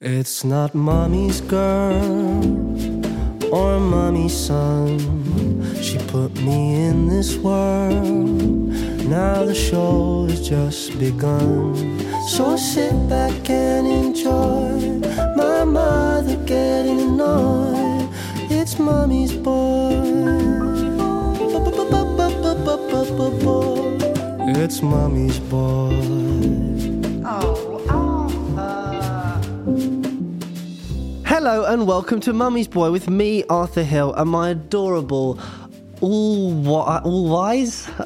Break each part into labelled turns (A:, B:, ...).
A: It's not mommy's girl or mommy's son. She put me in this world. Now the show has just begun. So sit back and enjoy my mother getting annoyed. It's mommy's boy. Bu-bu-bu-bu-bu-bu-bu-bu-boy. It's mommy's boy. Oh, Hello and welcome to Mummy's Boy with me, Arthur Hill, and my adorable, all wi- all wise.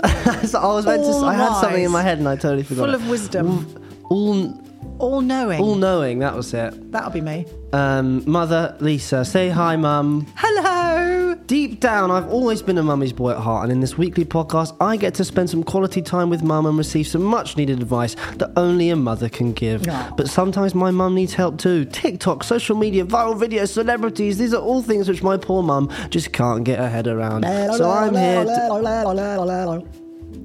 A: So I was meant to. s-
B: All
A: I had something in my
B: wise.
A: head and I totally forgot.
B: Full
A: it.
B: of wisdom.
A: All
B: All knowing.
A: all knowing. That was it.
B: That'll be me.
A: Um, Mother Lisa, say hi, Mum.
B: Hello.
A: Deep down, I've always been a mummy's boy at heart, and in this weekly podcast, I get to spend some quality time with mum and receive some much needed advice that only a mother can give.
B: Aw.
A: But sometimes my mum needs help too. TikTok, social media, viral videos, celebrities, these are all things which my poor mum just can't get her head around. So I'm here. To-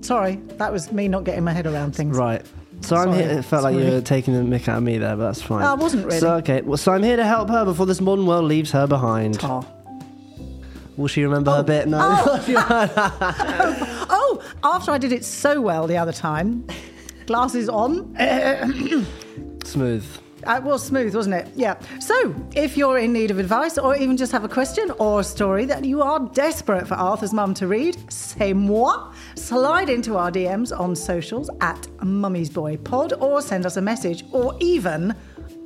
B: Sorry, that was me not getting my head around things.
A: Right. So I'm
B: Sorry.
A: here. It felt like you
B: Sorry.
A: were taking the mick out of me there, but that's fine.
B: I wasn't really.
A: So okay. Well, so I'm here to help her before this modern world leaves her behind.
B: Oh.
A: Will she remember her bit? No.
B: Oh, after I did it so well the other time, glasses on.
A: Smooth.
B: It was Uh, smooth, wasn't it? Yeah. So, if you're in need of advice or even just have a question or a story that you are desperate for Arthur's mum to read, c'est moi. Slide into our DMs on socials at Mummy's Boy Pod or send us a message or even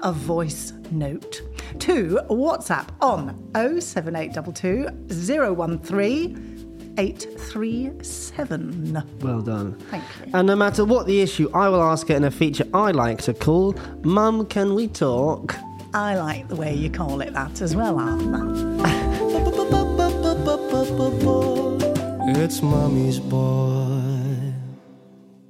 B: a voice note to WhatsApp on 07822 013 837.
A: Well done.
B: Thank you.
A: And no matter what the issue, I will ask it in a feature I like to call Mum Can We Talk?
B: I like the way you call it that as well, Arthur.
A: It's Mummy's Boy.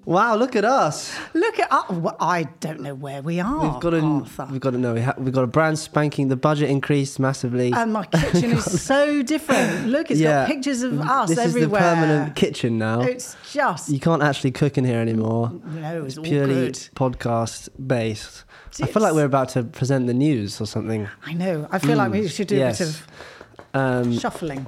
A: Wow, look at us.
B: Look at oh, well, I don't know where we are.
A: We've got a,
B: Arthur.
A: we've got to know, we ha- we've got a brand spanking, the budget increased massively.
B: and my kitchen is so different. Look, Um, it's got pictures of us
A: Mm-hmm. Mm, this
B: everywhere.
A: is the permanent kitchen now.
B: It's just
A: you can't actually cook in here anymore.
B: no, it's all
A: Purely
B: good.
A: podcast based. I
B: It's-
A: feel like we're about to present the news or something.
B: I know. I feel like we should do
A: Mm, yes. Mm.
B: a bit of shuffling.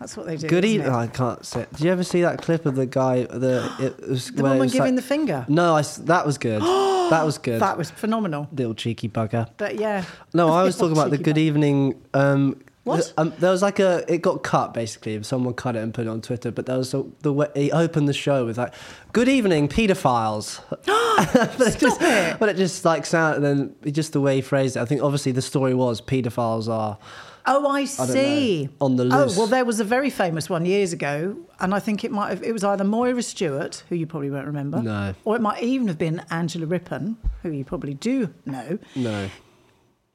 B: That's what they do.
A: Good
B: isn't
A: evening.
B: it?
A: Oh, I can't sit. Do you ever see that clip of the guy? The it was
B: The
A: where it
B: woman
A: was like-
B: giving the finger.
A: No, I s that was good. that was good.
B: That was phenomenal.
A: little cheeky bugger.
B: But yeah.
A: No, I was talking about the
B: Cheeky
A: good
B: bugger.
A: evening. Um,
B: What?
A: th- um, there was like a. It got cut basically. and Someone cut it and put it on Twitter. But there was a, the way he opened the show with like, "Good evening, paedophiles." but it just,
B: it.
A: But it just like sound. And then it- just the way he phrased it. I think obviously the story was paedophiles are.
B: Oh, I
A: know,
B: see.
A: on the loose.
B: Oh, well, there was a very famous one years ago, and I think it might have, it was either Moira Stewart, who you probably won't remember,
A: No.
B: or it might even have been Angela Rippon, who you probably do know.
A: No.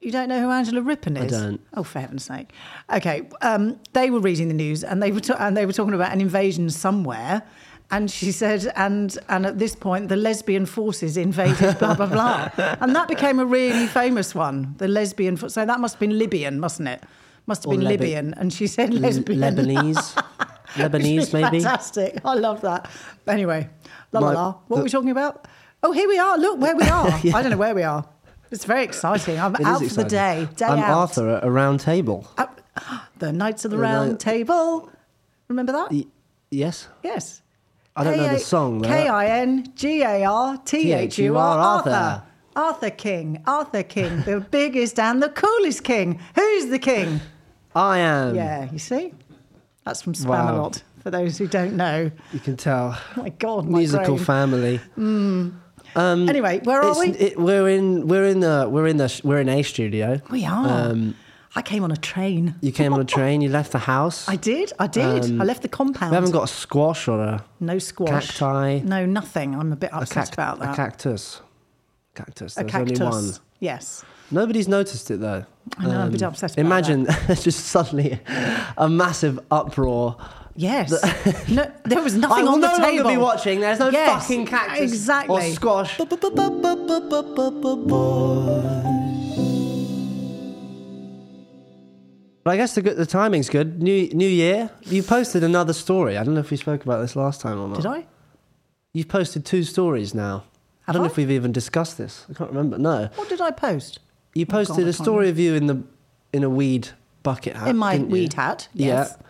B: You don't know who Angela Rippon is?
A: don't.
B: Oh, for heaven's sake! Okay, um, they were reading the news and they were ta- and they were talking about an invasion somewhere, and she said, and and at this point the lesbian forces invaded, blah blah blah, and that became a really famous one. The lesbian, fo- so that must have been Libyan, mustn't it? Must have
A: Or
B: been
A: Leb-
B: Libyan, and she said lesbian.
A: Lebanese. Lebanese, maybe.
B: Fantastic! I love that. Anyway, la la
A: My-
B: la. What
A: the-
B: were we talking about? Oh, here we are. Look where we are. I don't know where we are. It's very exciting. I'm
A: It is
B: out for the
A: exciting.
B: day. Day
A: I'm
B: out. Uh,
A: Arthur at a round table.
B: Up- the Knights of the,
A: The
B: Round
A: Knight-
B: Table. Remember that?
A: Yes.
B: yes.
A: I don't know the
B: K A-
A: song, though.
B: K I N G A R T H U R
A: Arthur.
B: Arthur. Arthur King. Arthur King, the biggest and the coolest king. Who's the king?
A: I am.
B: Yeah, you see? That's from
A: Hmm. Wow.
B: Spamalot, for those who don't know.
A: You can tell.
B: My God, my
A: Musical
B: brain.
A: family.
B: Anyway, where are
A: It's-
B: we?
A: it- we're in. We're in the. We're in the. sh- We're in a studio.
B: we are.
A: um,
B: I came on a train.
A: You came on a train. You left the house.
B: I did. I did. I left the compound.
A: um, we haven't got a squash or a
B: no squash.
A: cacti.
B: No, nothing. I'm a bit
A: a,
B: upset
A: cact-
B: about that.
A: a cactus. cactus.
B: A
A: There's
B: cactus.
A: only one.
B: Yes.
A: Nobody's noticed it though. Um,
B: I know, I'm a bit upset about
A: imagine just suddenly a massive uproar.
B: Yes. no, there was
A: I
B: nothing
A: will
B: on the
A: no
B: table.
A: longer be watching. There's no
B: Yes,
A: fucking cactus or
B: exactly.
A: squash. But I guess the good, the timing's good. New New Year. You posted another story. I don't know if we spoke about this last time or not.
B: Did I?
A: You've posted two stories now. I don't know
B: I?
A: if we've even discussed this. I can't remember. No.
B: What did I post?
A: You
B: Oh God,
A: posted
B: I
A: a
B: can't
A: story of you in the in a weed bucket hat.
B: In my
A: didn't you?
B: weed hat, yes.
A: Yeah.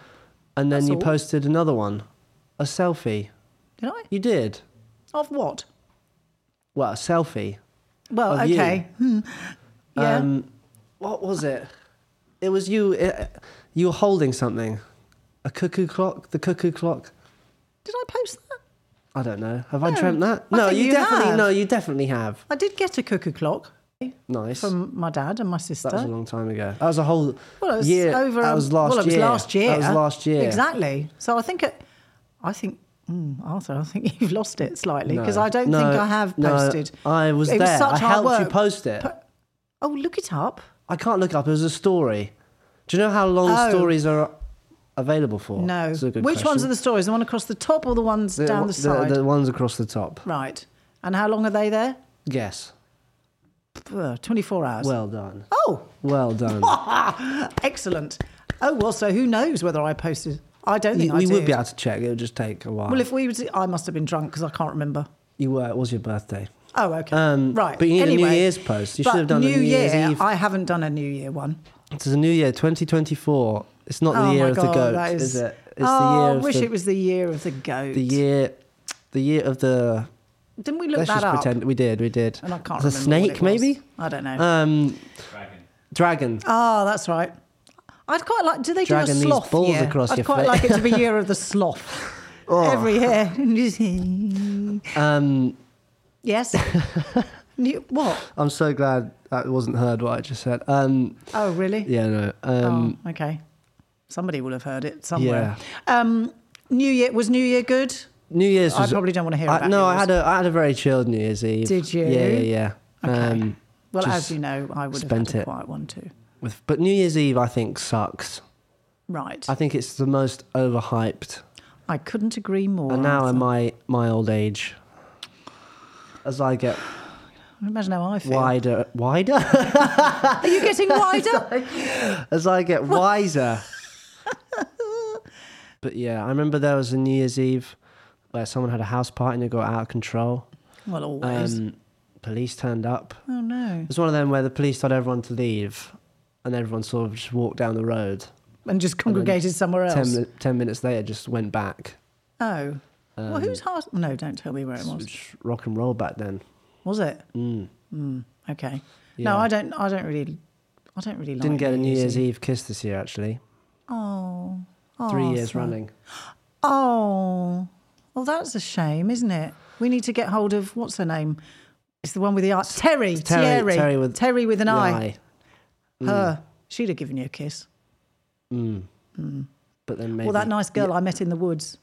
A: And then
B: That's
A: you
B: all.
A: posted another one, a selfie.
B: Did I?
A: You did.
B: Of what?
A: Well, a selfie.
B: Well,
A: Of you.
B: okay. Hmm. yeah.
A: Um, what was it? It was you. uh you were holding something. A cuckoo clock. The cuckoo clock.
B: did I post that?
A: I don't know. Have I
B: No,
A: dreamt that?
B: I
A: no,
B: think
A: you,
B: you
A: definitely.
B: have.
A: No, you definitely have.
B: I did get a cuckoo clock
A: Nice.
B: from my dad and my sister.
A: that was a long time ago. That was a whole
B: well, it was
A: year.
B: over.
A: that
B: um,
A: was last
B: well, it was
A: year.
B: last year.
A: That was last year.
B: Exactly. So I think, it, I think, mm, Arthur, I think you've lost it slightly because
A: No.
B: I don't
A: No,
B: think I have
A: no,
B: posted.
A: I was
B: It
A: there.
B: such
A: I
B: hard
A: helped you
B: work.
A: post it.
B: Oh, look it up.
A: I can't look up. It was a story. Do you know how long
B: Oh.
A: stories are available for?
B: No.
A: It's Oh, a good
B: Which ones
A: question.
B: are the stories? The one across the top or the ones down the, side?
A: The, ones across the top.
B: Right. And how long are they there?
A: Yes.
B: Uh, 24 hours.
A: Well done.
B: oh,
A: Well done.
B: excellent. Oh, well, so who knows whether I posted? I don't think
A: You-
B: I
A: we would
B: did.
A: be able to check. It would just take a while.
B: Well, if we was, I must have been drunk because I can't remember.
A: you were, it was your birthday.
B: Oh, okay.
A: Um,
B: right.
A: but you need a New
B: anyway,
A: Year's post. You should
B: but
A: have done a
B: New
A: New Year's
B: Year,
A: Eve.
B: I haven't done a New Year one.
A: It's a new year, 2024. It's not the
B: oh
A: year
B: my
A: of
B: god,
A: the goat,
B: that is,
A: is it? It's
B: oh,
A: the year
B: I
A: of
B: wish
A: the,
B: it was the year of the goat.
A: the year, the year of the.
B: Didn't we look
A: let's
B: that
A: just
B: up?
A: pretend we did. We did.
B: And I can't
A: the
B: remember
A: snake,
B: what it was.
A: maybe.
B: I don't know.
A: Um, dragon. Dragon.
B: Ah, that's right. I'd quite like. Do they do
A: Dragging
B: a
A: these
B: sloth
A: balls
B: year?
A: across
B: I'd
A: your
B: quite
A: face. Oh.
B: like it to be year of the sloth. Every year.
A: Um,
B: yes. You- what?
A: I'm so glad that wasn't heard what I just said. Um,
B: Oh, really?
A: yeah, no. Um,
B: oh, okay. Somebody will have heard it somewhere.
A: Yeah.
B: Um, New Year was New Year good.
A: New Year's.
B: I
A: was-
B: probably don't want to hear
A: I-
B: about
A: No, I
B: yours.
A: had a I had a very chilled New Year's Eve.
B: Did you?
A: Yeah, yeah, yeah.
B: Okay.
A: Um,
B: Well, as
A: just
B: you know, I would have
A: spent
B: had a
A: it.
B: quiet one too.
A: with, but New Year's Eve, I think sucks.
B: Right.
A: I think it's the most overhyped.
B: I couldn't agree more.
A: and now
B: Arthur.
A: in my my old age, as I get
B: Imagine how I feel.
A: wider, wider,
B: Are you getting wider?
A: as I get wiser. but yeah, I remember there was a New Year's Eve where someone had a house party and it got out of control.
B: well, always.
A: Um, police turned up.
B: oh no.
A: It was one of them where the police told everyone to leave, and everyone sort of just walked down the road.
B: And just congregated somewhere else.
A: Ten, mi- 10 minutes later, just went back.
B: Oh.
A: Um,
B: well, whose house? No, don't tell me where it was.
A: Just rock and roll back then.
B: Was it? Mm. Okay.
A: Yeah.
B: No, I don't. I don't really. I don't really like.
A: Didn't get a New Year's Eve kiss this year, actually.
B: Oh. oh.
A: Three years
B: so-
A: running.
B: Oh. Well, that's a shame, isn't it? We need to get hold of what's her name. It's the one with the eye. Terry.
A: Terry-
B: Thierry.
A: Terry with
B: Terry with an
A: the
B: eye.
A: Mm.
B: Her. She'd have given you a kiss.
A: But then maybe.
B: Or that nice girl I met in the woods.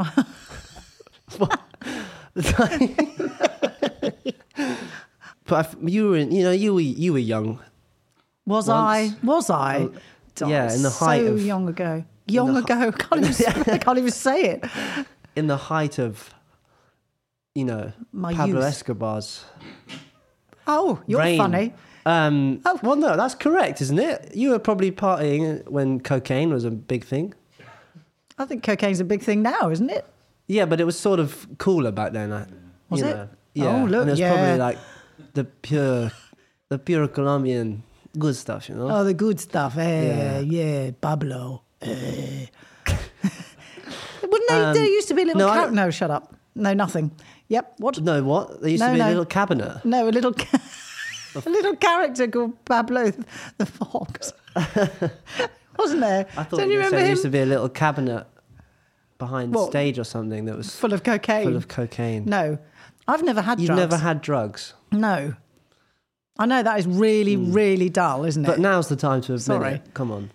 A: But I f you were, in, you know, you were, you were young. Once.
B: Was I? Was I? Died
A: yeah, in the height
B: so
A: of-
B: young ago. Young
A: the
B: ago. Can't even, I can't even say it.
A: in the height of, you know,
B: My
A: Pablo
B: youth.
A: Escobar's
B: Oh, you're
A: reign.
B: funny.
A: Um,
B: Oh.
A: Well, no, that's correct, isn't it? You were probably partying when cocaine was a big thing.
B: I think cocaine's a big thing now, isn't it?
A: Yeah, but it was sort of cooler back then. I,
B: Was
A: you
B: it?
A: Know. Yeah.
B: Oh, look,
A: and it was
B: yeah.
A: probably like the pure, the pure Colombian good stuff, you know.
B: Oh, the good stuff. Eh, yeah,
A: Yeah.
B: Pablo. Eh. well, no, there used to be a little.
A: Um, no,
B: No,
A: I-
B: no, shut up. No, nothing. Yep. What?
A: No, what? There used
B: No,
A: to be
B: no.
A: a little cabinet.
B: No, a little. ca- A little character called Pablo the Fox, wasn't there?
A: I thought
B: Don't
A: you
B: you
A: were gonna say
B: remember
A: there
B: him?
A: used to be a little cabinet behind
B: What?
A: stage or something that was
B: Full of cocaine.
A: full of cocaine.
B: No, I've never had.
A: You've
B: drugs.
A: never had drugs.
B: No, I know that is really, really dull, isn't it?
A: Hmm. But now's the time to admit
B: Sorry.
A: it. Come on.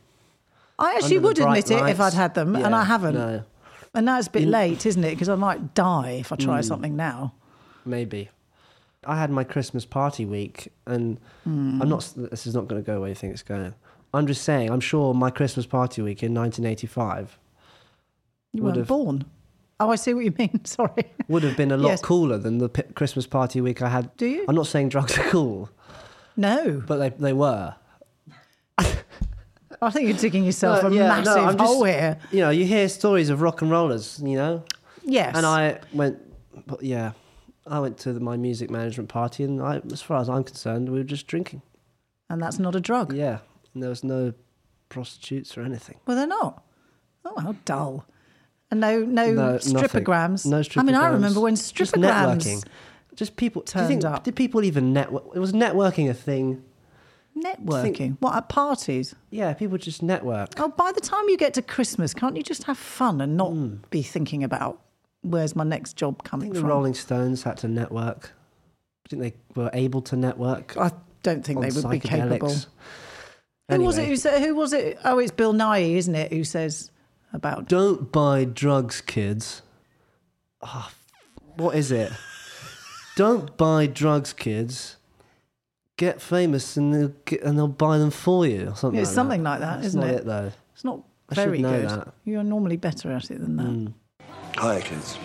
B: I actually
A: Under
B: would
A: the bright
B: admit it if I'd
A: lights.
B: had them, and
A: Yeah,
B: I haven't.
A: No, Hmm.
B: And now it's a bit late, isn't it? Because I might die if I try something now.
A: maybe. I had my Christmas party week, and
B: Hmm.
A: I'm not. This is not going to go where you think it's going. I'm just saying. I'm sure my Christmas party week in 1985
B: You
A: Would
B: weren't
A: have.
B: born. Oh, I see what you mean. Sorry.
A: would have been a lot
B: Yes.
A: cooler than the p- Christmas party week I had.
B: Do you?
A: I'm not saying drugs are cool,
B: No,
A: but they they were.
B: I think you're digging yourself
A: But,
B: a
A: yeah, no,
B: massive
A: I'm just-
B: hole here.
A: You know, you hear stories of rock and rollers. You know,
B: Yes.
A: and I went. But yeah, I went to the, my music management party, and I, as far as I'm concerned, we were just drinking.
B: and that's not a drug.
A: Yeah, and there was no prostitutes or anything.
B: Well, they're not. Oh, how dull. And no, no,
A: No, nothing.
B: strippergrams.
A: No
B: I
A: strippergrams.
B: mean, I remember when
A: Just
B: strippergrams.
A: networking. Just people. Do you
B: turned
A: think,
B: up.
A: Did people even network? Was networking a thing?
B: Networking. What, at parties?
A: Yeah, people just network.
B: Oh, by the time you get to Christmas, can't you just have fun and not be thinking about where's my next job
A: I
B: coming
A: Hmm. think the
B: from?
A: Rolling Stones had to network. I think they were able to network
B: I don't think
A: on
B: they would be capable.
A: psychedelics.
B: Who was it
A: Anyway.
B: who said, who was it? Oh, it's Bill Nye, isn't it? Who says about
A: Don't buy drugs, kids. Ah, what is it? Don't buy drugs, kids. Get famous and they'll, get, and they'll buy them for you or something.
B: It's
A: like
B: something
A: that.
B: like that,
A: That's
B: isn't
A: not
B: it?
A: it though.
B: It's not
A: I should
B: very
A: know
B: good.
A: that. Hmm.
B: You're normally better at it than that.
C: Hi, kids.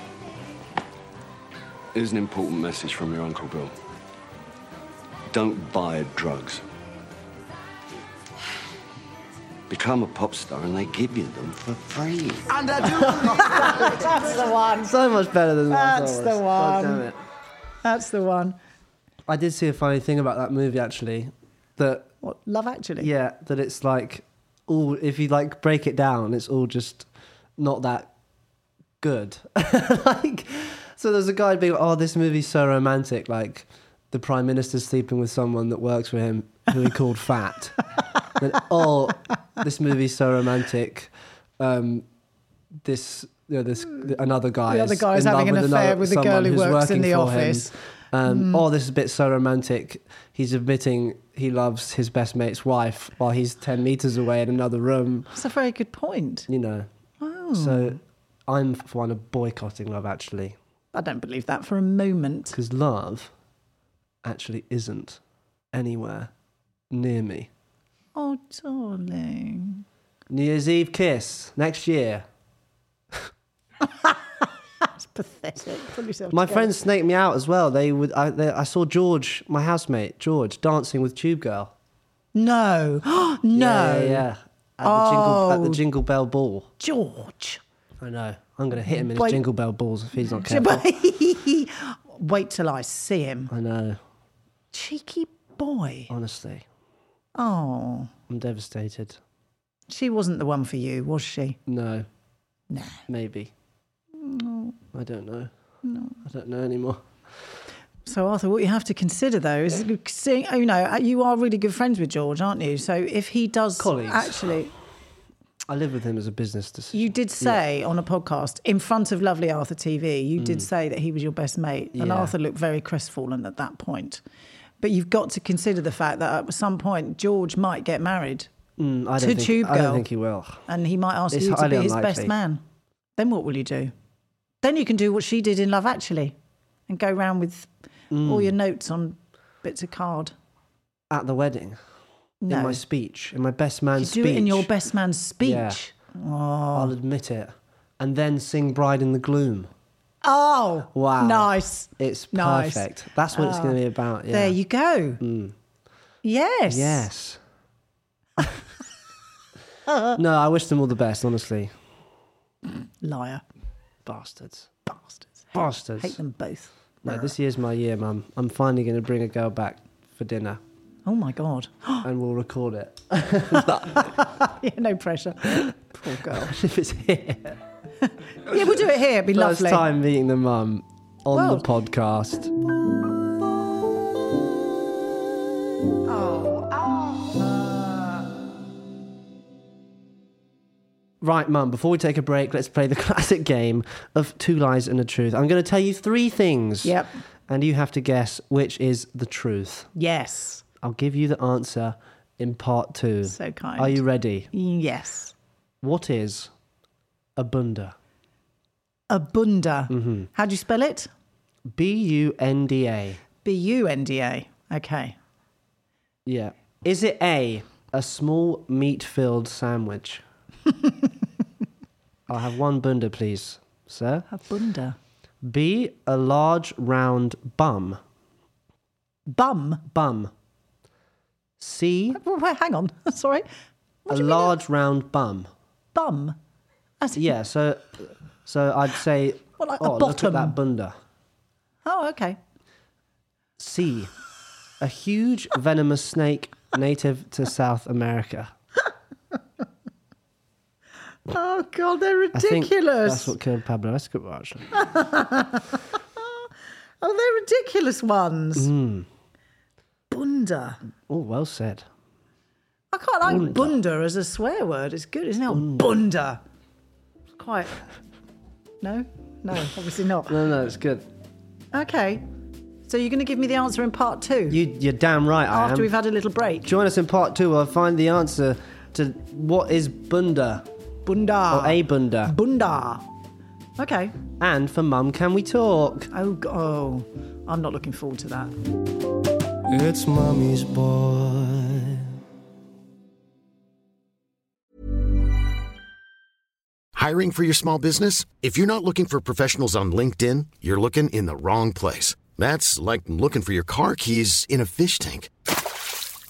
C: Here's an important message from your Uncle Bill. Don't buy drugs. Become a pop star and they give you them for free.
D: And I do
B: That's the one.
A: So much better than last
B: That's
A: hour's.
B: the
A: God damn
B: one.
A: it.
B: That's the one.
A: I did see a funny thing about that movie actually. That
B: What Love Actually?
A: yeah, that it's like all if you like break it down, it's all just not that good. like so there's a guy being like, Oh, this movie's so romantic, like the Prime Minister's sleeping with someone that works for him who he called fat. then, oh this movie's so romantic. Um this you know, this another guy.
B: Mm. The other
A: is
B: guy's
A: in love
B: having an
A: with
B: affair
A: another-
B: with the girl
A: someone
B: who
A: who's
B: works in
A: working
B: the
A: for him.
B: office. Mm.
A: Um, Oh, this is a bit so romantic. He's admitting he loves his best mate's wife while he's 10 meters away in another room,
B: That's a very good point.
A: you know. So I'm for one of boycotting love, actually,
B: I don't believe that for a moment.
A: because love actually isn't anywhere near me.
B: Oh, darling.
A: New Year's Eve kiss next year.
B: That's pathetic. Pull yourself
A: My
B: together.
A: friends snaked me out as well. They would. I, they, I saw George, my housemate, George, dancing with Tube Girl.
B: No. no.
A: Yeah, yeah. yeah. At, the jingle, at the
B: Oh.
A: Jingle Bell Ball.
B: George.
A: I know. I'm going to hit him in
B: Wait.
A: his jingle bell balls if he's not careful.
B: Wait till I see him.
A: I know.
B: Cheeky boy.
A: Honestly,
B: Oh.
A: I'm devastated.
B: She wasn't the one for you, was she?
A: No,
B: No.
A: maybe. I don't know. I don't know anymore.
B: So Arthur, what you have to consider though is seeing, oh, you know, you are really good friends with George, aren't you? So if he does
A: Colleagues.
B: actually,
A: I live with him as a business decision.
B: you did say on a podcast in front of lovely Arthur TV, you did say that he was your best mate, and
A: Mm. Yeah.
B: Arthur looked very crestfallen at that point. But you've got to consider the fact that at some point George might get married,
A: Mm, I
B: to
A: don't think,
B: Tube
A: I
B: Girl.
A: don't think he will.
B: and he might ask
A: It's
B: you to be
A: highly
B: his best
A: unlikely.
B: man. Then what will you do? Then you can do what she did in Love Actually, and go round with
A: Mm.
B: all your notes on bits of card.
A: At the wedding,
B: No.
A: in my speech, in my best man's
B: You
A: speech,
B: do it in your best man's speech.
A: Yeah. I'll admit it, and then sing "Bride in the Gloom."
B: Oh,
A: Wow,
B: Nice.
A: It's
B: Nice. Ah.
A: perfect. That's what it's going to be about. Yeah. Mm.
B: There you go. Yes.
A: Yes. no, I wish them all the best. Honestly,
B: Liar.
A: bastards.
B: Bastards.
A: Bastards.
B: Hate them both.
A: No, this year's my year, Mum. I'm finally going to bring a girl back for dinner
B: Oh my God.
A: and we'll record it.
B: yeah, no pressure. Poor girl.
A: if it's here.
B: Yeah, we'll do it here. It'd be
A: First
B: lovely.
A: time meeting the mum on
B: Well-
A: the podcast. Right, Mum, before we take a break, let's play the classic game of two lies and a truth. I'm going to tell you three things.
B: Yep.
A: And you have to guess which is the truth.
B: Yes.
A: I'll give you the answer in part two.
B: So kind.
A: Are you ready?
B: Yes.
A: What is a bunda? Mm-hmm.
B: A bunda. How do you spell it?
A: B U N D A.
B: BU NDA. Okay.
A: Yeah. Is it A, a small meat filled sandwich? I'll have one bunda, please, sir.
B: A bunda.
A: B, a large round bum.
B: Bum.
A: Bum. C,
B: Well, wait, hang on. Sorry. What
A: a
B: do you mean uh,
A: large round bum.
B: bum. As in-
A: Yeah, so so I'd say
B: Well, like a
A: oh, look at
B: bottom.
A: that bunda.
B: Oh, okay.
A: C, a huge venomous snake native to South America.
B: Oh God, they're
A: I think
B: ridiculous.
A: that's what killed Pablo Escobar. Actually.
B: Oh, they're ridiculous ones.
A: Hmm.
B: Bunda.
A: Oh, well said.
B: I quite like bunda. as a swear word. It's good, isn't it? Bunda. bunda. It's quite. No, no, obviously not.
A: No, no, it's good.
B: Okay, so you're going to give me the answer in part two
A: You, you're damn right. I am.
B: after we've had a little break.
A: Join us in part two. I'll find the answer to what is bunda
B: Bunda.
A: or Oh, a bunda.
B: Bunda. Okay.
A: And for mum, can we talk?
B: Oh, g- oh, I'm not looking forward to that.
E: It's mommy's boy.
F: Hiring for your small business? If you're not looking for professionals on LinkedIn, you're looking in the wrong place. That's like looking for your car keys in a fish tank.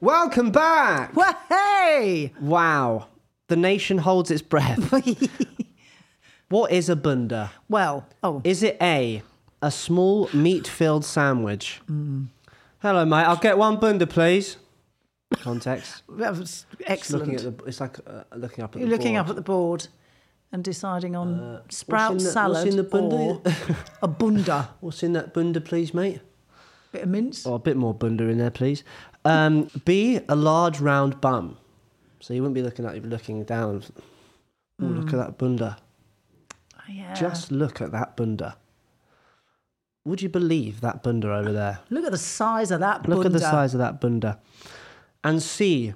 A: Welcome back.
B: Well, hey!
A: Wow. The nation holds its breath. what is a bunda?
B: Well, oh,
A: Is it A, a small meat filled sandwich?
B: Mm.
A: Hello, mate. I'll get one bunda, please. Context.
B: that was
A: It's Looking
B: excellent.
A: at the, it's like uh, looking up at
B: You're
A: the
B: looking
A: board. Uh,
B: up at the board and deciding on sprout
A: what's in the- what's
B: salad
A: in the bunda?
B: or a bunda,
A: What's in that bunda, please, mate?
B: bit of mince.
A: Or Oh, a bit more bunda in there, please. Um, B, a large round bum. So you wouldn't be looking at it, you'd be looking down. Oh, look at that bunda.
B: Mm. yeah.
A: Just look at that bunda. Would you believe that bunda over there?
B: Look at the size of that
A: Look at the
B: bunda.
A: size of that bunda. And C,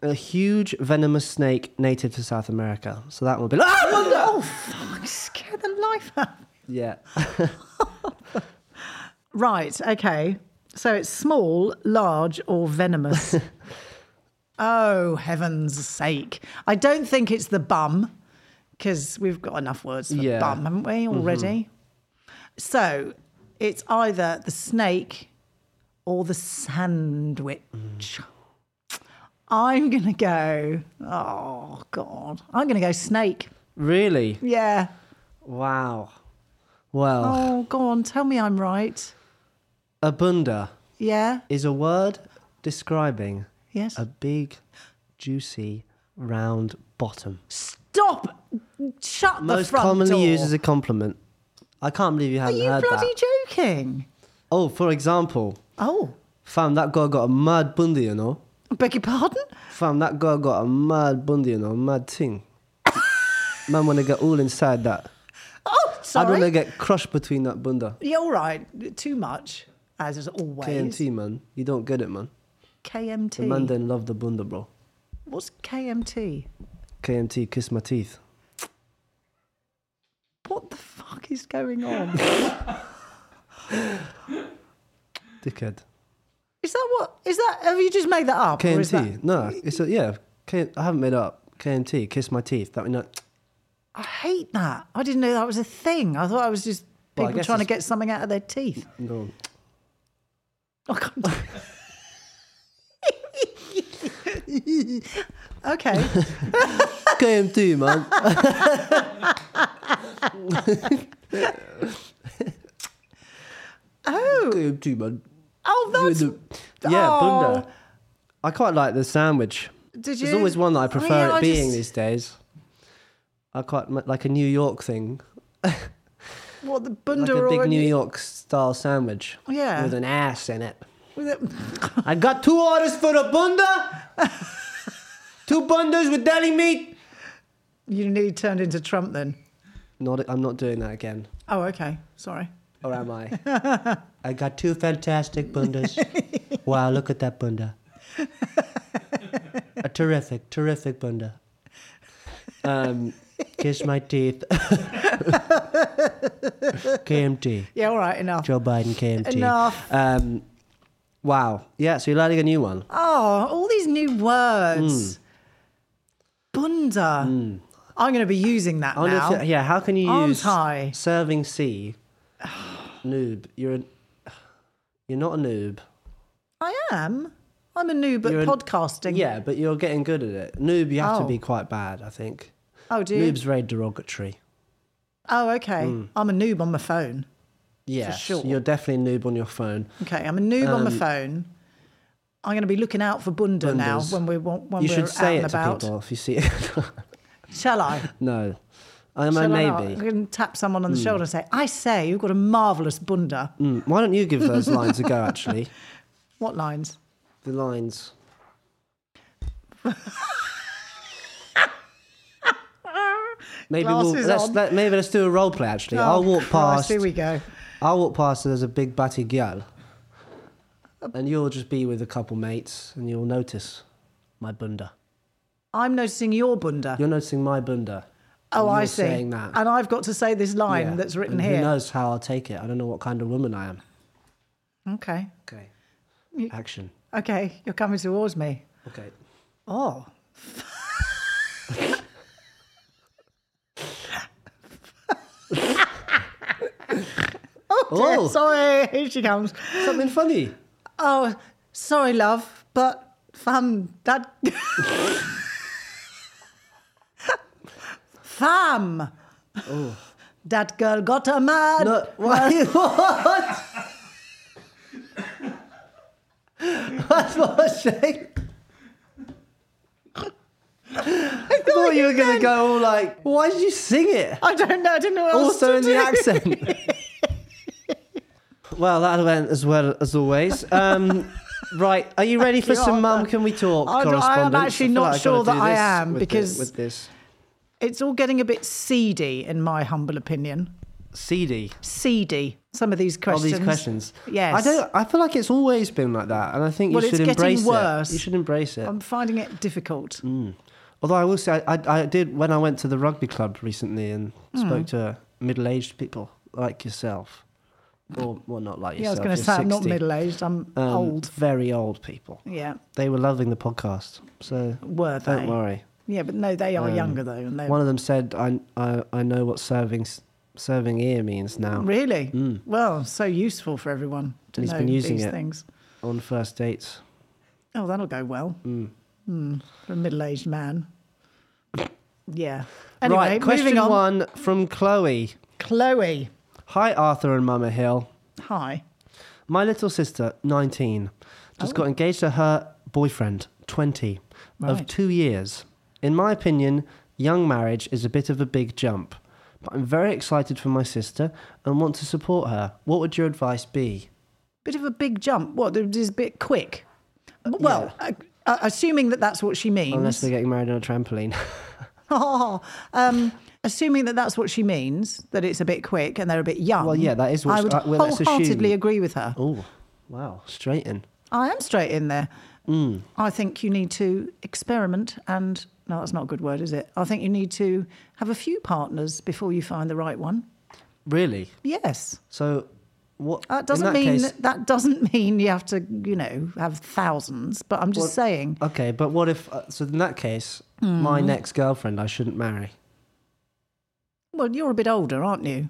A: a huge venomous snake native to South America. So that would be like, ah, bunda!
B: Oh, fuck, scare the life out.
A: Yeah.
B: Right, okay. So it's small, large, or venomous. oh, heaven's sake. I don't think it's the bum, because we've got enough words for
A: Yeah.
B: bum, haven't we, already? So it's either the snake or the sandwich. I'm going to go, oh, God. I'm going to go snake.
A: Really?
B: Yeah.
A: Wow. Well,
B: Oh, go on. Tell me I'm right.
A: a bunda
B: Yeah.
A: is a word describing
B: Yes.
A: a big, juicy, round bottom.
B: Stop! Shut
A: Most
B: the front
A: commonly
B: door.
A: used as a compliment. I can't believe you
B: Are
A: haven't
B: you
A: heard
B: bloody
A: that.
B: joking?
A: oh, for example,
B: Oh,
A: fam, that girl got a mad bunda, you know?
B: I beg your pardon.
A: Fam, that girl got a mad bunda, you know, mad thing. Man, wanna get all inside that.
B: Oh,
A: I'd
B: sorry.
A: wanna get crushed between that bunda.
B: You're all right. Too much, as is always.
A: KMT, man. You don't get it, man. The man
B: KMT.
A: then love the bunda, bro.
B: What's KMT?
A: KMT, kiss my teeth.
B: What the fuck is going on?
A: Dickhead.
B: is that what? Is that? Have you just made that up? Or is that,
A: KMT. No, it's a, yeah. K, I haven't made it up. KMT, kiss my teeth. That mean that.
B: I hate that. I didn't know that was a thing. I thought I was just
A: Well, I
B: people
A: guess
B: trying to
A: it's-
B: get something out of their teeth.
A: No.
B: I can't- okay.
A: KMT, man.
B: Oh.
A: KMT, man.
B: Oh, that's.
A: You do- yeah,
B: oh.
A: bunda. I quite like the sandwich.
B: Did
A: There's
B: you?
A: always one that I
B: Oh,
A: prefer
B: yeah,
A: it
B: I
A: being
B: just-
A: these days. I quite mu- like a New York thing,
B: What the
A: like
B: bunda
A: a
B: or
A: big
B: a-
A: New York style sandwich.
B: Oh, Yeah.
A: With an ass in it. I got two orders for the bunda. two bundas with deli meat.
B: You nearly turned into Trump then.
A: Not, I'm not doing that again.
B: Oh, okay. Sorry.
A: Or am I? I got two fantastic bundas. wow, look at that bunda. A terrific, terrific bunda. Um, kiss my teeth. KMT.
B: Yeah, all right, enough.
A: Joe Biden KMT.
B: Enough.
A: Um, wow. Yeah, so you're learning a new one.
B: Oh, all these new
A: Mm.
B: words. Bunda. I'm going to be using that
A: I wonder
B: now.
A: if- Mm. yeah, how can you
B: Arms
A: use
B: high.
A: serving C? noob. You're a, you're not a noob.
B: I am. I'm a noob at
A: You're an-
B: podcasting.
A: Yeah, but you're getting good at it. Noob, you have
B: Oh.
A: to be quite bad, I think.
B: Oh, do you?
A: Noob's Mm. very derogatory.
B: Oh, okay. I'm a noob on my phone.
A: Yes,
B: sure.
A: you're definitely a noob on your phone.
B: Okay, I'm a noob on
A: Um,
B: my phone. I'm going to be looking out for bunda now
A: Bundas.
B: when we want when
A: you
B: we're
A: should say it
B: out and
A: to
B: about.
A: people if you see it.
B: Shall I?
A: no, I'm
B: Shall
A: a
B: I not?
A: maybe. Hmm.
B: I'm going to tap someone on the shoulder and say, "I say, you've got a marvelous bunda."
A: Mm, Why don't you give those lines a go? Actually,
B: What lines?
A: the lines. Maybe we'll,
B: Glasses
A: let's
B: on.
A: let, maybe let's do a role play. Actually,
B: Oh,
A: I'll walk
B: Christ,
A: past.
B: Here we go.
A: I'll walk past and there's a big batty girl. And you'll just be with a couple mates and you'll notice my bunda.
B: I'm noticing your bunda.
A: You're noticing my bunda.
B: oh,
A: and
B: I
A: you're
B: see.
A: saying that.
B: And I've got to say this line
A: Yeah.
B: that's written
A: And
B: here.
A: Who knows how I'll take it? I don't know what kind of woman I am.
B: Okay.
A: Okay. Action.
B: Okay. You're coming towards me.
A: Okay.
B: Oh.
A: Oh,
B: Sorry. Here she comes.
A: something funny.
B: Oh, sorry, love, but fam, that. fam! That girl got a man.
A: Oh. No, what? what? That's what I was saying. I thought you were going to go all like, why did you sing it?
B: I don't know. I didn't know what else
A: also
B: to
A: in
B: do.
A: the accent. well, that went as well as always. Um, right, are you ready for
B: you,
A: some
B: Arthur.
A: mum? Can we talk?
B: I d- I am
A: correspondence?
B: actually
A: feel
B: not
A: I've
B: sure
A: gotta do
B: that I
A: this
B: am,
A: with
B: because-
A: the, with this
B: It's all getting a bit seedy, in my humble opinion.
A: CD,
B: Seedy. Some of these
A: all
B: questions.
A: these questions.
B: Yes.
A: I don't. I feel like it's always been like that, and I think you
B: Well, it's
A: should
B: getting
A: embrace
B: worse.
A: it.
B: Um,
A: You should embrace it.
B: I'm finding it difficult.
A: Mm, Although I will say, I, I, I did when I went to the rugby club recently and
B: Hmm.
A: spoke to middle-aged people like yourself, or well, not like
B: yeah, I was
A: yourself.
B: going to
A: you're
B: say I'm not
A: 60.
B: middle aged. I'm
A: Um,
B: old.
A: very old people.
B: Yeah,
A: They were loving the podcast, so
B: were they? Um,
A: don't worry.
B: Yeah, but no, they are younger though, and they
A: um, One of them said, "I I, I know what serving s- serving ear means now
B: really well so useful for everyone to
A: Mm. He's
B: know
A: been using
B: these
A: it.
B: things.
A: on first dates."
B: Oh, that'll go well Mm, for a middle-aged man. Yeah. Anyway,
A: right, question
B: moving on.
A: one from Chloe.
B: Chloe,
A: Hi, Arthur and Mama Hill.
B: hi.
A: My little sister, 19, just got engaged to her boyfriend, 20, of
B: Oh. Right.
A: two years. In my opinion, young marriage is a bit of a big jump, but I'm very excited for my sister and want to support her. What would your advice be?
B: Bit of a big jump. What? It was a bit quick. Well, uh, uh, assuming that that's what she means.
A: Unless they're getting married on a trampoline.
B: Oh, um, assuming that that's what she means, that it's a bit quick and they're a bit young.
A: Well, yeah, that is what
B: I
A: she-
B: would
A: uh, well, let's
B: wholeheartedly
A: assume.
B: agree with her.
A: oh, wow, straight in.
B: I am straight in there.
A: Mm.
B: I think you need to experiment and no, that's not a good word, is it? I think you need to have a few partners before you find the right one.
A: Really?
B: Yes,
A: So, what? in
B: that doesn't mean
A: case-
B: that doesn't mean you have to, you know, have thousands. But I'm just saying,
A: Okay, but what if? Uh, so in that case,
B: Hmm.
A: my next girlfriend I shouldn't marry,
B: well, you're a bit older, aren't you?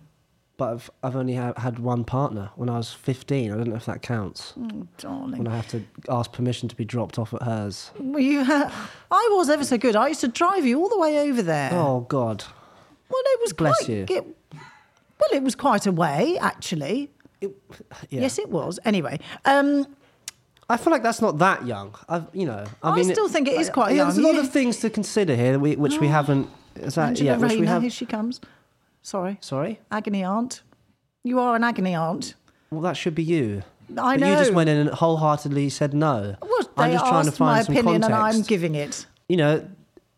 A: but I've, I've only ha- had one partner when I was fifteen. I don't know if that counts.
B: Oh, darling.
A: When I have to ask permission to be dropped off at hers.
B: Well, you ha- I was ever so good. I used to drive you all the way over there.
A: Oh God,
B: Well, it was
A: Bless
B: quite,
A: you.
B: It, well, it was quite a way, actually.
A: yeah. Uh,
B: Yes, it was. Anyway, um,
A: I feel like that's not that young. I've, you know, I,
B: I
A: mean,
B: still think it is
A: I-
B: quite
A: yeah, There's a
B: young. Oh.
A: lot of things to consider here, that we, which we haven't. Is that
B: Angela
A: yeah? Which we
B: Rayner,
A: have.
B: here she comes. Sorry,
A: Sorry.
B: agony aunt. You are an agony aunt.
A: Well, that should be you.
B: I
A: But
B: know.
A: you just went in and wholeheartedly said no.
B: Well, they
A: I'm just trying to
B: asked
A: find
B: my
A: some
B: opinion,
A: context.
B: and I'm giving it.
A: you know,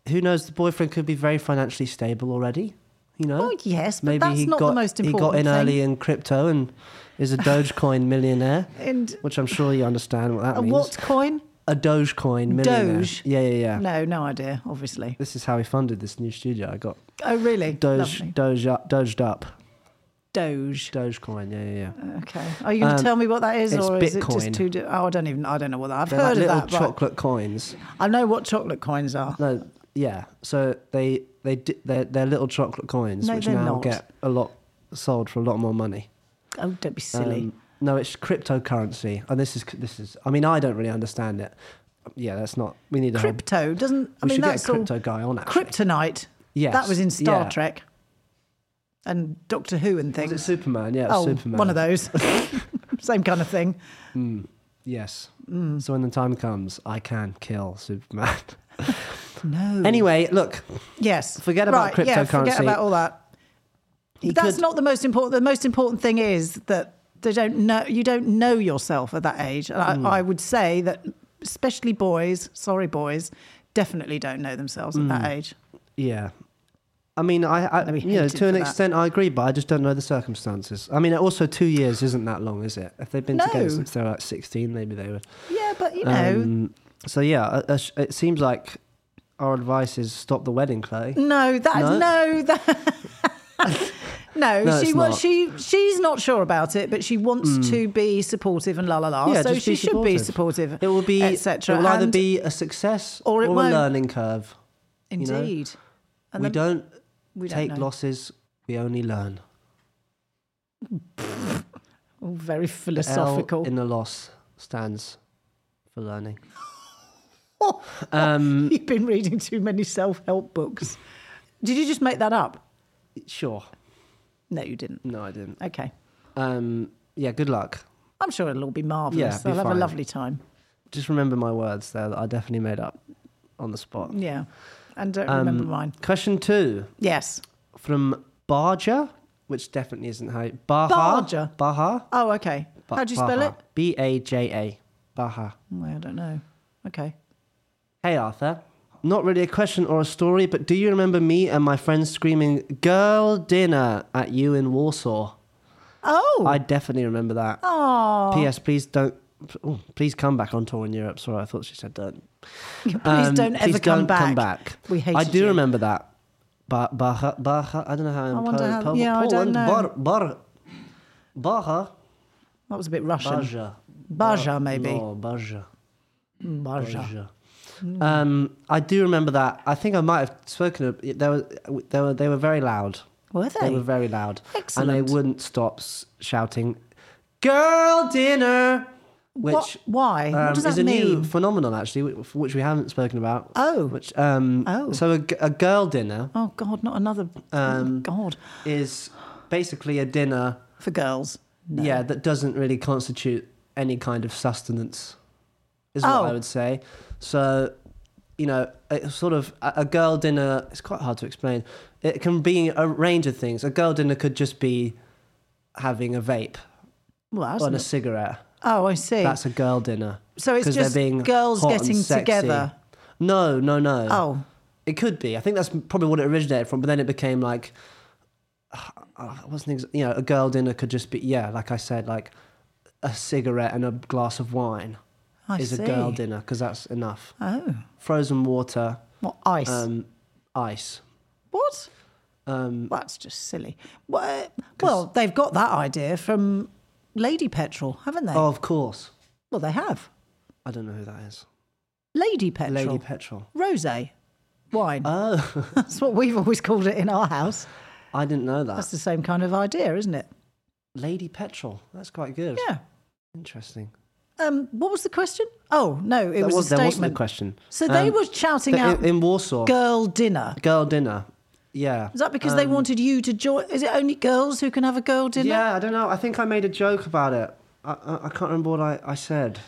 A: who knows? The boyfriend could be very financially stable already. You know.
B: Oh, yes, but that's
A: he
B: not the
A: got
B: most
A: he got in
B: important thing.
A: early in crypto and is a Dogecoin millionaire.
B: And-
A: which I'm sure you understand what that
B: A
A: means.
B: what coin?
A: A Dogecoin millionaire.
B: Doge?
A: Yeah, yeah, yeah.
B: No, no idea. Obviously.
A: This is how he funded this new studio. I got
B: Oh, really?
A: Doge,
B: Lovely.
A: Doge, up, Doged up.
B: Doge.
A: Dogecoin. Yeah, yeah, yeah.
B: Okay. Are you going to
A: Um,
B: tell me what that is,
A: it's
B: or is it just
A: Bitcoin.
B: too? di- Oh, I don't even. I don't know what that. I've
A: They're
B: heard
A: like
B: of
A: little
B: that. but
A: chocolate coins.
B: I know what chocolate coins are.
A: No, yeah. So they they di- they're, they're little chocolate coins,
B: No,
A: which
B: they're
A: now
B: not.
A: get a lot sold for a lot more money.
B: Oh, don't be silly.
A: Um, no, it's cryptocurrency, and this is this is. I mean, I don't really understand it. Yeah, that's not. We need a whole-
B: crypto doesn't. I
A: we
B: mean,
A: should
B: that's
A: get a crypto
B: all.
A: guy on. Actually.
B: Kryptonite.
A: Yes,
B: That was in Star
A: yeah.
B: Trek. And Doctor Who and
A: Is it
B: things.
A: Superman? Yeah, it was
B: Oh,
A: Superman.
B: one of those. Same kind of thing.
A: Yes.
B: Mm.
A: So when the time comes, I can kill Superman.
B: No.
A: anyway, look,
B: Yes.
A: Forget about
B: right, Yeah, forget
A: cryptocurrency.
B: about all that.
A: he
B: That's
A: could-
B: not the most important. The most important thing is that they don't know. You don't know yourself at that age. And
A: Hmm.
B: I, I would say that, especially boys. Sorry, boys, definitely don't know themselves at
A: Hmm.
B: that age.
A: Yeah. I mean, I, I
B: be
A: you know,
B: hated
A: to an
B: for that.
A: extent, I agree, but I just don't know the circumstances. I mean, also two years isn't that long, is it? If they've been
B: No.
A: together since they were like sixteen, maybe they would.
B: Yeah, but you know,
A: Um,
B: Oh.
A: so yeah, uh, uh, sh- it seems like our advice is stop the wedding, Chloe.
B: no, that no,
A: no.
B: that. No,
A: No,
B: she
A: it's not.
B: was
A: Hmm.
B: she she's not sure about it, but she wants to be supportive and la la la.
A: yeah,
B: so
A: just
B: she should be supportive.
A: It will be,
B: etc.
A: It will either
B: And
A: be a success
B: or
A: or,
B: it
A: a
B: won't.
A: learning curve. you know,
B: indeed.
A: we
B: then-
A: don't
B: we don't
A: take
B: know.
A: losses; we only learn.
B: All very
A: L
B: philosophical.
A: in the loss stands for learning. Um,
B: Oh, You've been reading too many self help books. Did you just make that up?
A: sure.
B: No, you didn't.
A: No, I didn't.
B: Okay.
A: Um, yeah, good luck.
B: I'm sure it'll all be marvellous.
A: Yeah, be
B: I'll have a
A: fine.
B: lovely time.
A: Just remember my words there that I definitely made up on the spot.
B: Yeah. And
A: Um,
B: don't remember mine.
A: Question two
B: Yes.
A: from Barja, which definitely isn't how you, Baha.
B: Barja?
A: Baha.
B: Oh, okay.
A: Ba-
B: How do you spell
A: Baha.
B: it?
A: B A J A. Baha.
B: Well, I don't know. Okay.
A: Hey, Arthur. Not really a question or a story, but do you remember me and my friends screaming "girl dinner" at you in Warsaw?
B: Oh,
A: I definitely remember that.
B: Aw.
A: P.S. Please don't. oh, please come back on tour in Europe. Sorry, I thought she said don't.
B: please
A: Um,
B: don't ever
A: please
B: come,
A: don't
B: back.
A: come back.
B: We hate
A: I do remember that. Bah, bah, bah, I don't know how in
B: I wonder
A: Pol-
B: how-
A: Pol-
B: yeah, I don't
A: Poland,
B: know.
A: Bar, bar, bah,
B: That was a bit Russian.
A: baja.
B: Baja, maybe.
A: No, baja.
B: Baja. Mm.
A: baja. Um, I do remember that. I think I might have spoken. Of, there was, there were, they were very loud.
B: Were they?
A: were very loud, and
B: Excellent.
A: they wouldn't stop s- shouting, "Girl dinner," which um,
B: What- why? What does that
A: is a new
B: mean?
A: phenomenon actually, wh- which we haven't spoken about.
B: Oh.
A: which um,
B: Oh.
A: so a, g- a girl dinner
B: Oh, God, not another.
A: Um,
B: God.
A: is basically a dinner,
B: For girls.
A: yeah, that doesn't really constitute any kind of sustenance, is
B: Oh.
A: what I would say. So. You know, a sort of a a girl dinner. It's quite hard to explain. It can be a range of things. A girl dinner could just be having a vape
B: Well, that's
A: on a
B: not-
A: cigarette.
B: Oh, I see.
A: That's a girl dinner.
B: So it's
A: 'Cause they're
B: just
A: being
B: girls
A: hot and
B: getting
A: sexy.
B: together?
A: No, no, no.
B: Oh.
A: It could be. I think that's probably what it originated from, but then it became like, uh, it wasn't, ex- you know, a girl dinner could just be, yeah, like I said, like a cigarette and a glass of wine
B: I
A: is
B: see.
A: a girl dinner because that's enough.
B: Oh.
A: Frozen water,
B: What, ice?
A: um, ice.
B: What?
A: Um,
B: That's just silly. Well, uh, well, they've got that idea from Lady Petrol, haven't they?
A: oh, of course.
B: Well, they have.
A: I don't know who that is.
B: Lady Petrol.
A: Lady Petrol.
B: Rosé. Wine.
A: Oh, Uh.
B: That's what we've always called it in our house.
A: I didn't know that.
B: That's the same kind of idea, isn't it?
A: Lady Petrol. That's quite good.
B: Yeah.
A: Interesting.
B: Um, what was the question? Oh, no, it
A: That
B: was,
A: was-
B: a
A: that
B: statement.
A: wasn't a question.
B: So they
A: Um,
B: were shouting
A: But
B: out
A: in, in Warsaw, girl,
B: girl dinner.
A: dinner. Yeah.
B: Is that because they
A: Um,
B: wanted you to join? Is it only girls who can have a girl dinner?
A: Yeah, I don't know. I think I made a joke about it. I, I, I can't remember what I, I said,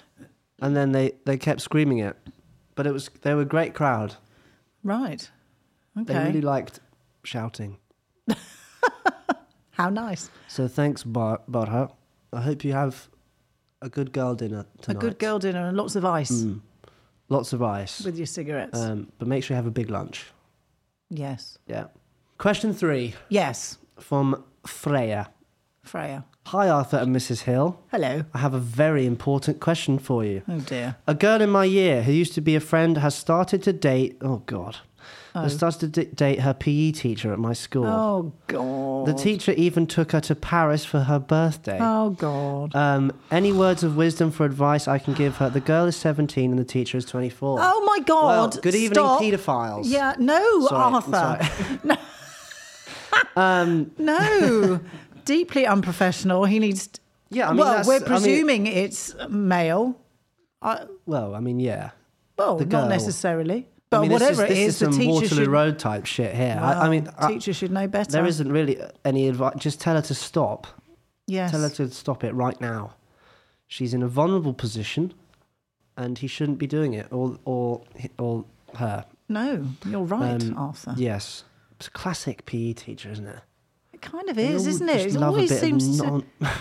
A: and then they, they kept screaming it. But it was they were a great crowd.
B: Right.
A: They
B: Okay.
A: really liked shouting.
B: How nice.
A: So thanks, Bar- Barha. I hope you have a good girl dinner
B: A
A: tonight. Mm.
B: good girl dinner and lots of ice
A: Lots of ice.
B: with your cigarettes.
A: Um, but make sure you have a big lunch.
B: yes.
A: Yeah. Question three
B: Yes,
A: from Freya.
B: Freya.
A: Hi, Arthur and Mrs. Hill.
B: Hello.
A: I have a very important question for you.
B: Oh dear.
A: A girl in my year who used to be a friend has started to date. Oh God, has started to d- date her PE teacher at my school.
B: Oh God.
A: The teacher even took her to Paris for her birthday.
B: Oh God.
A: Um, any words of wisdom for advice I can give her? The girl is 17 and the teacher is 24.
B: Oh my
A: Well,
B: God.
A: good evening,
B: Stop.
A: paedophiles.
B: Yeah. No,
A: Sorry, Um, I'm
B: Arthur. No. Deeply unprofessional. He needs.
A: Yeah, I mean,
B: well,
A: that's-
B: we're
A: I mean-
B: presuming it's male. I,
A: Well, I mean, yeah.
B: well,
A: The
B: not
A: girl.
B: necessarily. But
A: I mean,
B: whatever
A: this is, this
B: it is, the
A: some
B: teacher
A: Waterloo
B: should.
A: Road type shit here. I, I mean, I-
B: teacher should know better.
A: there isn't really any advice. Just tell her to stop.
B: Yes.
A: Tell her to stop it right now. She's in a vulnerable position, and he shouldn't be doing it, or or or her.
B: no, you're right,
A: Um,
B: Arthur.
A: Yes, it's a classic PE teacher, isn't it?
B: It kind of
A: They
B: is,
A: all
B: isn't it?
A: just
B: It
A: love a
B: always
A: bit of
B: seems to.
A: non-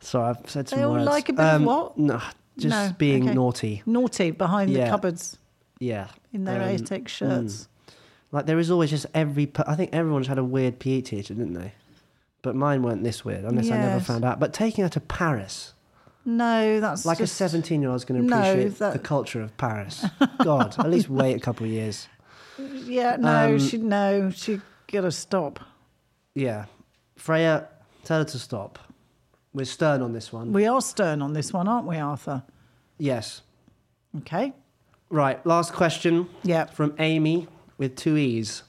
A: Sorry, I've said some
B: They all
A: words.
B: like a bit of what?
A: No, just
B: No,
A: being
B: okay.
A: naughty.
B: naughty behind the
A: Yeah.
B: cupboards
A: Yeah.
B: in their
A: Um,
B: latex shirts.
A: Like there is always just every. per- I think everyone's had a weird PE teacher, didn't they? But mine weren't this weird, unless I never
B: Yes.
A: found out. But taking her to Paris,
B: No, that's
A: like
B: just,
A: a seventeen-year-old's going to
B: No,
A: appreciate
B: that-
A: the culture of Paris. God, at least wait a couple of years.
B: Yeah,
A: um,
B: no, she no, she gotta stop.
A: Yeah, Freya, tell her to stop. We're stern on this one.
B: We are stern on this one, aren't we, Arthur?
A: yes.
B: Okay.
A: Right. Last question.
B: Yeah.
A: From Amy with two e's.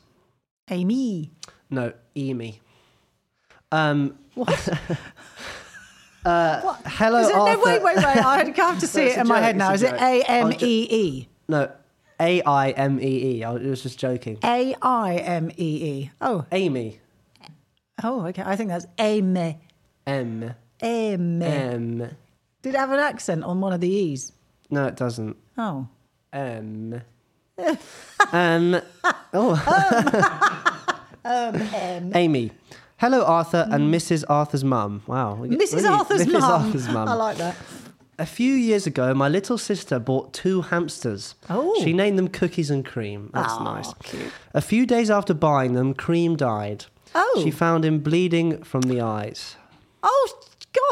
B: Amy.
A: No, Amy. Um.
B: What?
A: What? Hello,
B: Is it, no,
A: Arthur.
B: wait, wait, wait. I have to see
A: That's
B: it
A: a
B: in my
A: joke,
B: head
A: it's
B: now.
A: a
B: Is it
A: joke.
B: A
A: I'll
B: M
A: ju-
B: E E?
A: No, A I M E E. I was just joking.
B: A I M E E. Oh,
A: Amy.
B: oh, okay. I think that's Amy.
A: M Eh.
B: Amy.
A: M.
B: Did it have an accent on one of the E's?
A: No, it doesn't.
B: Oh.
A: M. um. Oh.
B: Um.
A: Amy. Hello, Arthur and Mrs. Arthur's mum. Wow. we get-
B: Mrs.
A: really-
B: Mm. Arthur's
A: Mrs.
B: mum.
A: Arthur's mum.
B: I like that.
A: A few years ago, my little sister bought two hamsters.
B: Oh.
A: She named them Cookies and Cream. That's nice. A few days after buying them, Cream died.
B: Oh.
A: She found him bleeding from the eyes.
B: Oh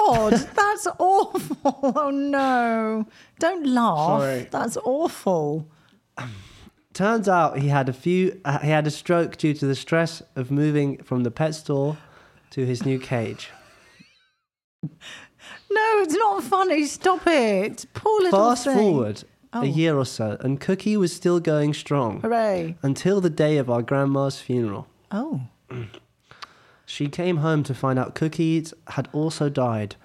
B: God, that's awful. Oh no. Don't laugh.
A: Sorry.
B: That's awful.
A: Turns out he had a few. Uh, he had a stroke due to the stress of moving from the pet store to his new cage.
B: No, it's not funny. Stop it. Poor little
A: Fast
B: thing.
A: forward
B: Oh.
A: a year or so, and Cookie was still going strong
B: Hooray.
A: until the day of our grandma's funeral.
B: Oh.
A: She came home to find out Cookies had also died,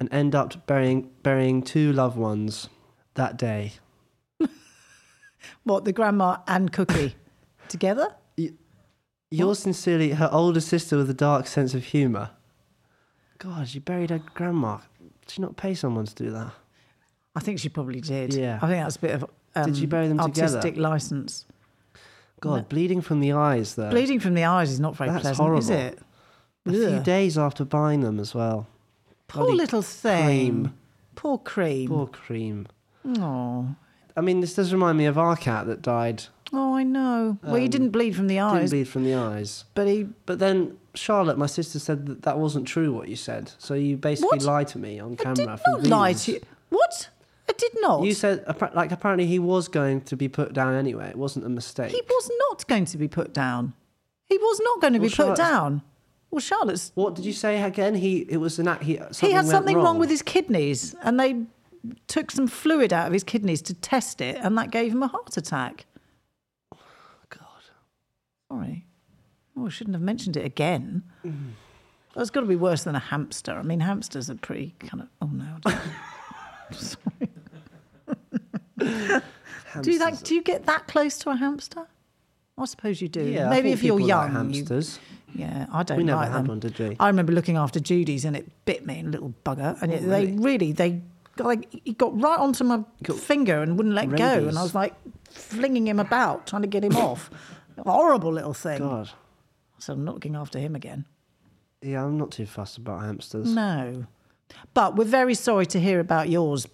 A: and end up burying burying two loved ones that day.
B: What, the grandma and Cookie together?
A: Yours sincerely, her older sister with a dark sense of humour. God, she buried her grandma. Did she not pay someone to do that?
B: I think she probably did.
A: Yeah.
B: I think that's a bit of um,
A: Did she bury them together?
B: artistic license.
A: God, bleeding from the eyes though.
B: Bleeding from the eyes is not very
A: Uh, That's
B: pleasant, is
A: horrible.
B: it?
A: A few
B: Ugh.
A: days after buying them as well.
B: Poor
A: Bloody
B: little thing.
A: cream.
B: Poor cream.
A: Poor cream.
B: Oh.
A: I mean, this does remind me of our cat that died.
B: Oh, I know. well, he didn't bleed from the
A: Um, Didn't
B: eyes,
A: bleed from the eyes.
B: but he
A: But then Charlotte, my sister, said that that wasn't true what you said. So you basically
B: What?
A: lied to me on camera.
B: I did
A: for
B: not lie
A: reasons.
B: to you. What? I did not.
A: You said appa- like apparently he was going to be put down anyway. It wasn't a mistake.
B: he was not going to be put down. He was not going to
A: Well,
B: be put
A: Charlotte's-
B: down. Well, Charlottete's.
A: What did you say again? He it was an act. He something
B: he had
A: went
B: something wrong. with his kidneys, and they took some fluid out of his kidneys to test it, and that gave him a heart attack.
A: God.
B: Sorry. Oh, I shouldn't have mentioned it again.
A: Mm.
B: That's got to be worse than a hamster. I mean, hamsters are pretty kind of. Oh no. I don't- Sorry. Do you that? Do you get that close to a hamster? I suppose you do.
A: Yeah, I
B: Maybe
A: think
B: if you're
A: people like
B: young, you
A: hamsters.
B: Yeah, I don't.
A: We never
B: like
A: had
B: them.
A: one, did we?
B: I remember looking after Judy's, and it bit me, and little bugger, and it, they really they got, like it got right onto my finger and wouldn't let go,
A: rabies.
B: and I was like flinging him about, trying to get him off. Horrible little thing.
A: God.
B: So I'm not looking after him again.
A: Yeah, I'm not too fussed about hamsters.
B: No, But we're very sorry to hear about yours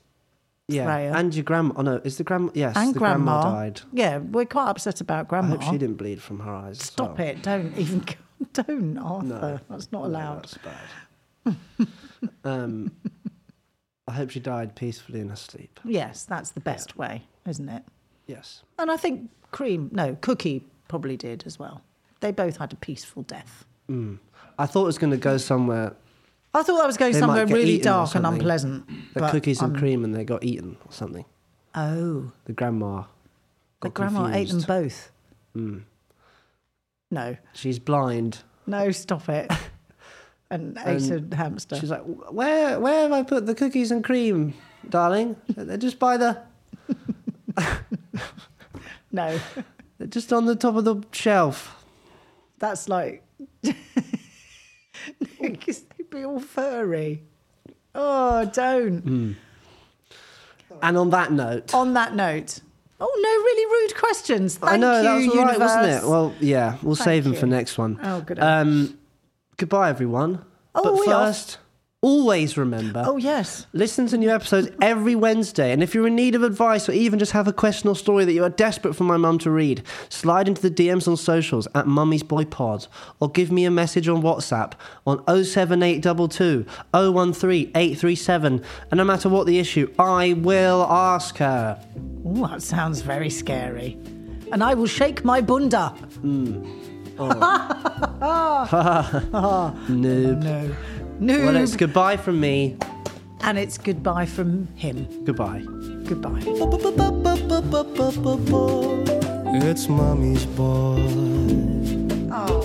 A: Yeah.
B: Freya.
A: And your grandma. Oh, no, is the grandma? Yes,
B: and
A: the
B: grandma.
A: grandma, died.
B: Yeah, we're quite upset about
A: I
B: grandma.
A: hope she didn't bleed from her eyes. as
B: Stop
A: well.
B: it! Don't even go- don't Arthur.
A: No.
B: That's not
A: No,
B: allowed.
A: that's bad. um, I hope she died peacefully in her sleep.
B: Yes, that's the best way, isn't it?
A: Yes.
B: And I think cream, no, cookie probably did as well. They both had a peaceful death.
A: I thought it was going to go somewhere.
B: I thought I was going
A: They might
B: somewhere
A: get
B: really
A: eaten or
B: dark and
A: something.
B: unpleasant.
A: The
B: but
A: cookies and
B: I'm-
A: cream, and they got eaten or something.
B: Oh,
A: The grandma.
B: the
A: got
B: grandma ate them
A: confused. Hmm.
B: both. No,
A: She's blind.
B: no, stop it. And ate
A: And
B: a hamster.
A: She's like, where, where have I put the cookies and cream, darling? They're just by the,
B: No,
A: they're just on the top of the shelf.
B: that's like because they'd be all furry. Oh, don't.
A: Hmm. And on that note,
B: on that note. Oh no, really rude questions. Thank
A: I know
B: you,
A: that was all right,
B: universe.
A: wasn't it? Well, yeah, we'll save them
B: you.
A: for next one.
B: Oh, good
A: Um, goodbye, everyone.
B: Oh,
A: but
B: we are-
A: first, always remember.
B: oh yes.
A: Listen to new episodes every Wednesday, and if you're in need of advice or even just have a question or story that you are desperate for my mum to read, slide into the DMs on socials at Mummy's Boy Pod, or give me a message on WhatsApp on 07822 013 and no matter what the issue, I will ask her.
B: Oh, that sounds very scary. And I will shake my bunda.
A: Noob.
B: No. No.
A: Well, it's goodbye from me.
B: and it's goodbye from him.
A: Goodbye.
B: Goodbye.
E: It's mommy's boy.
B: Oh.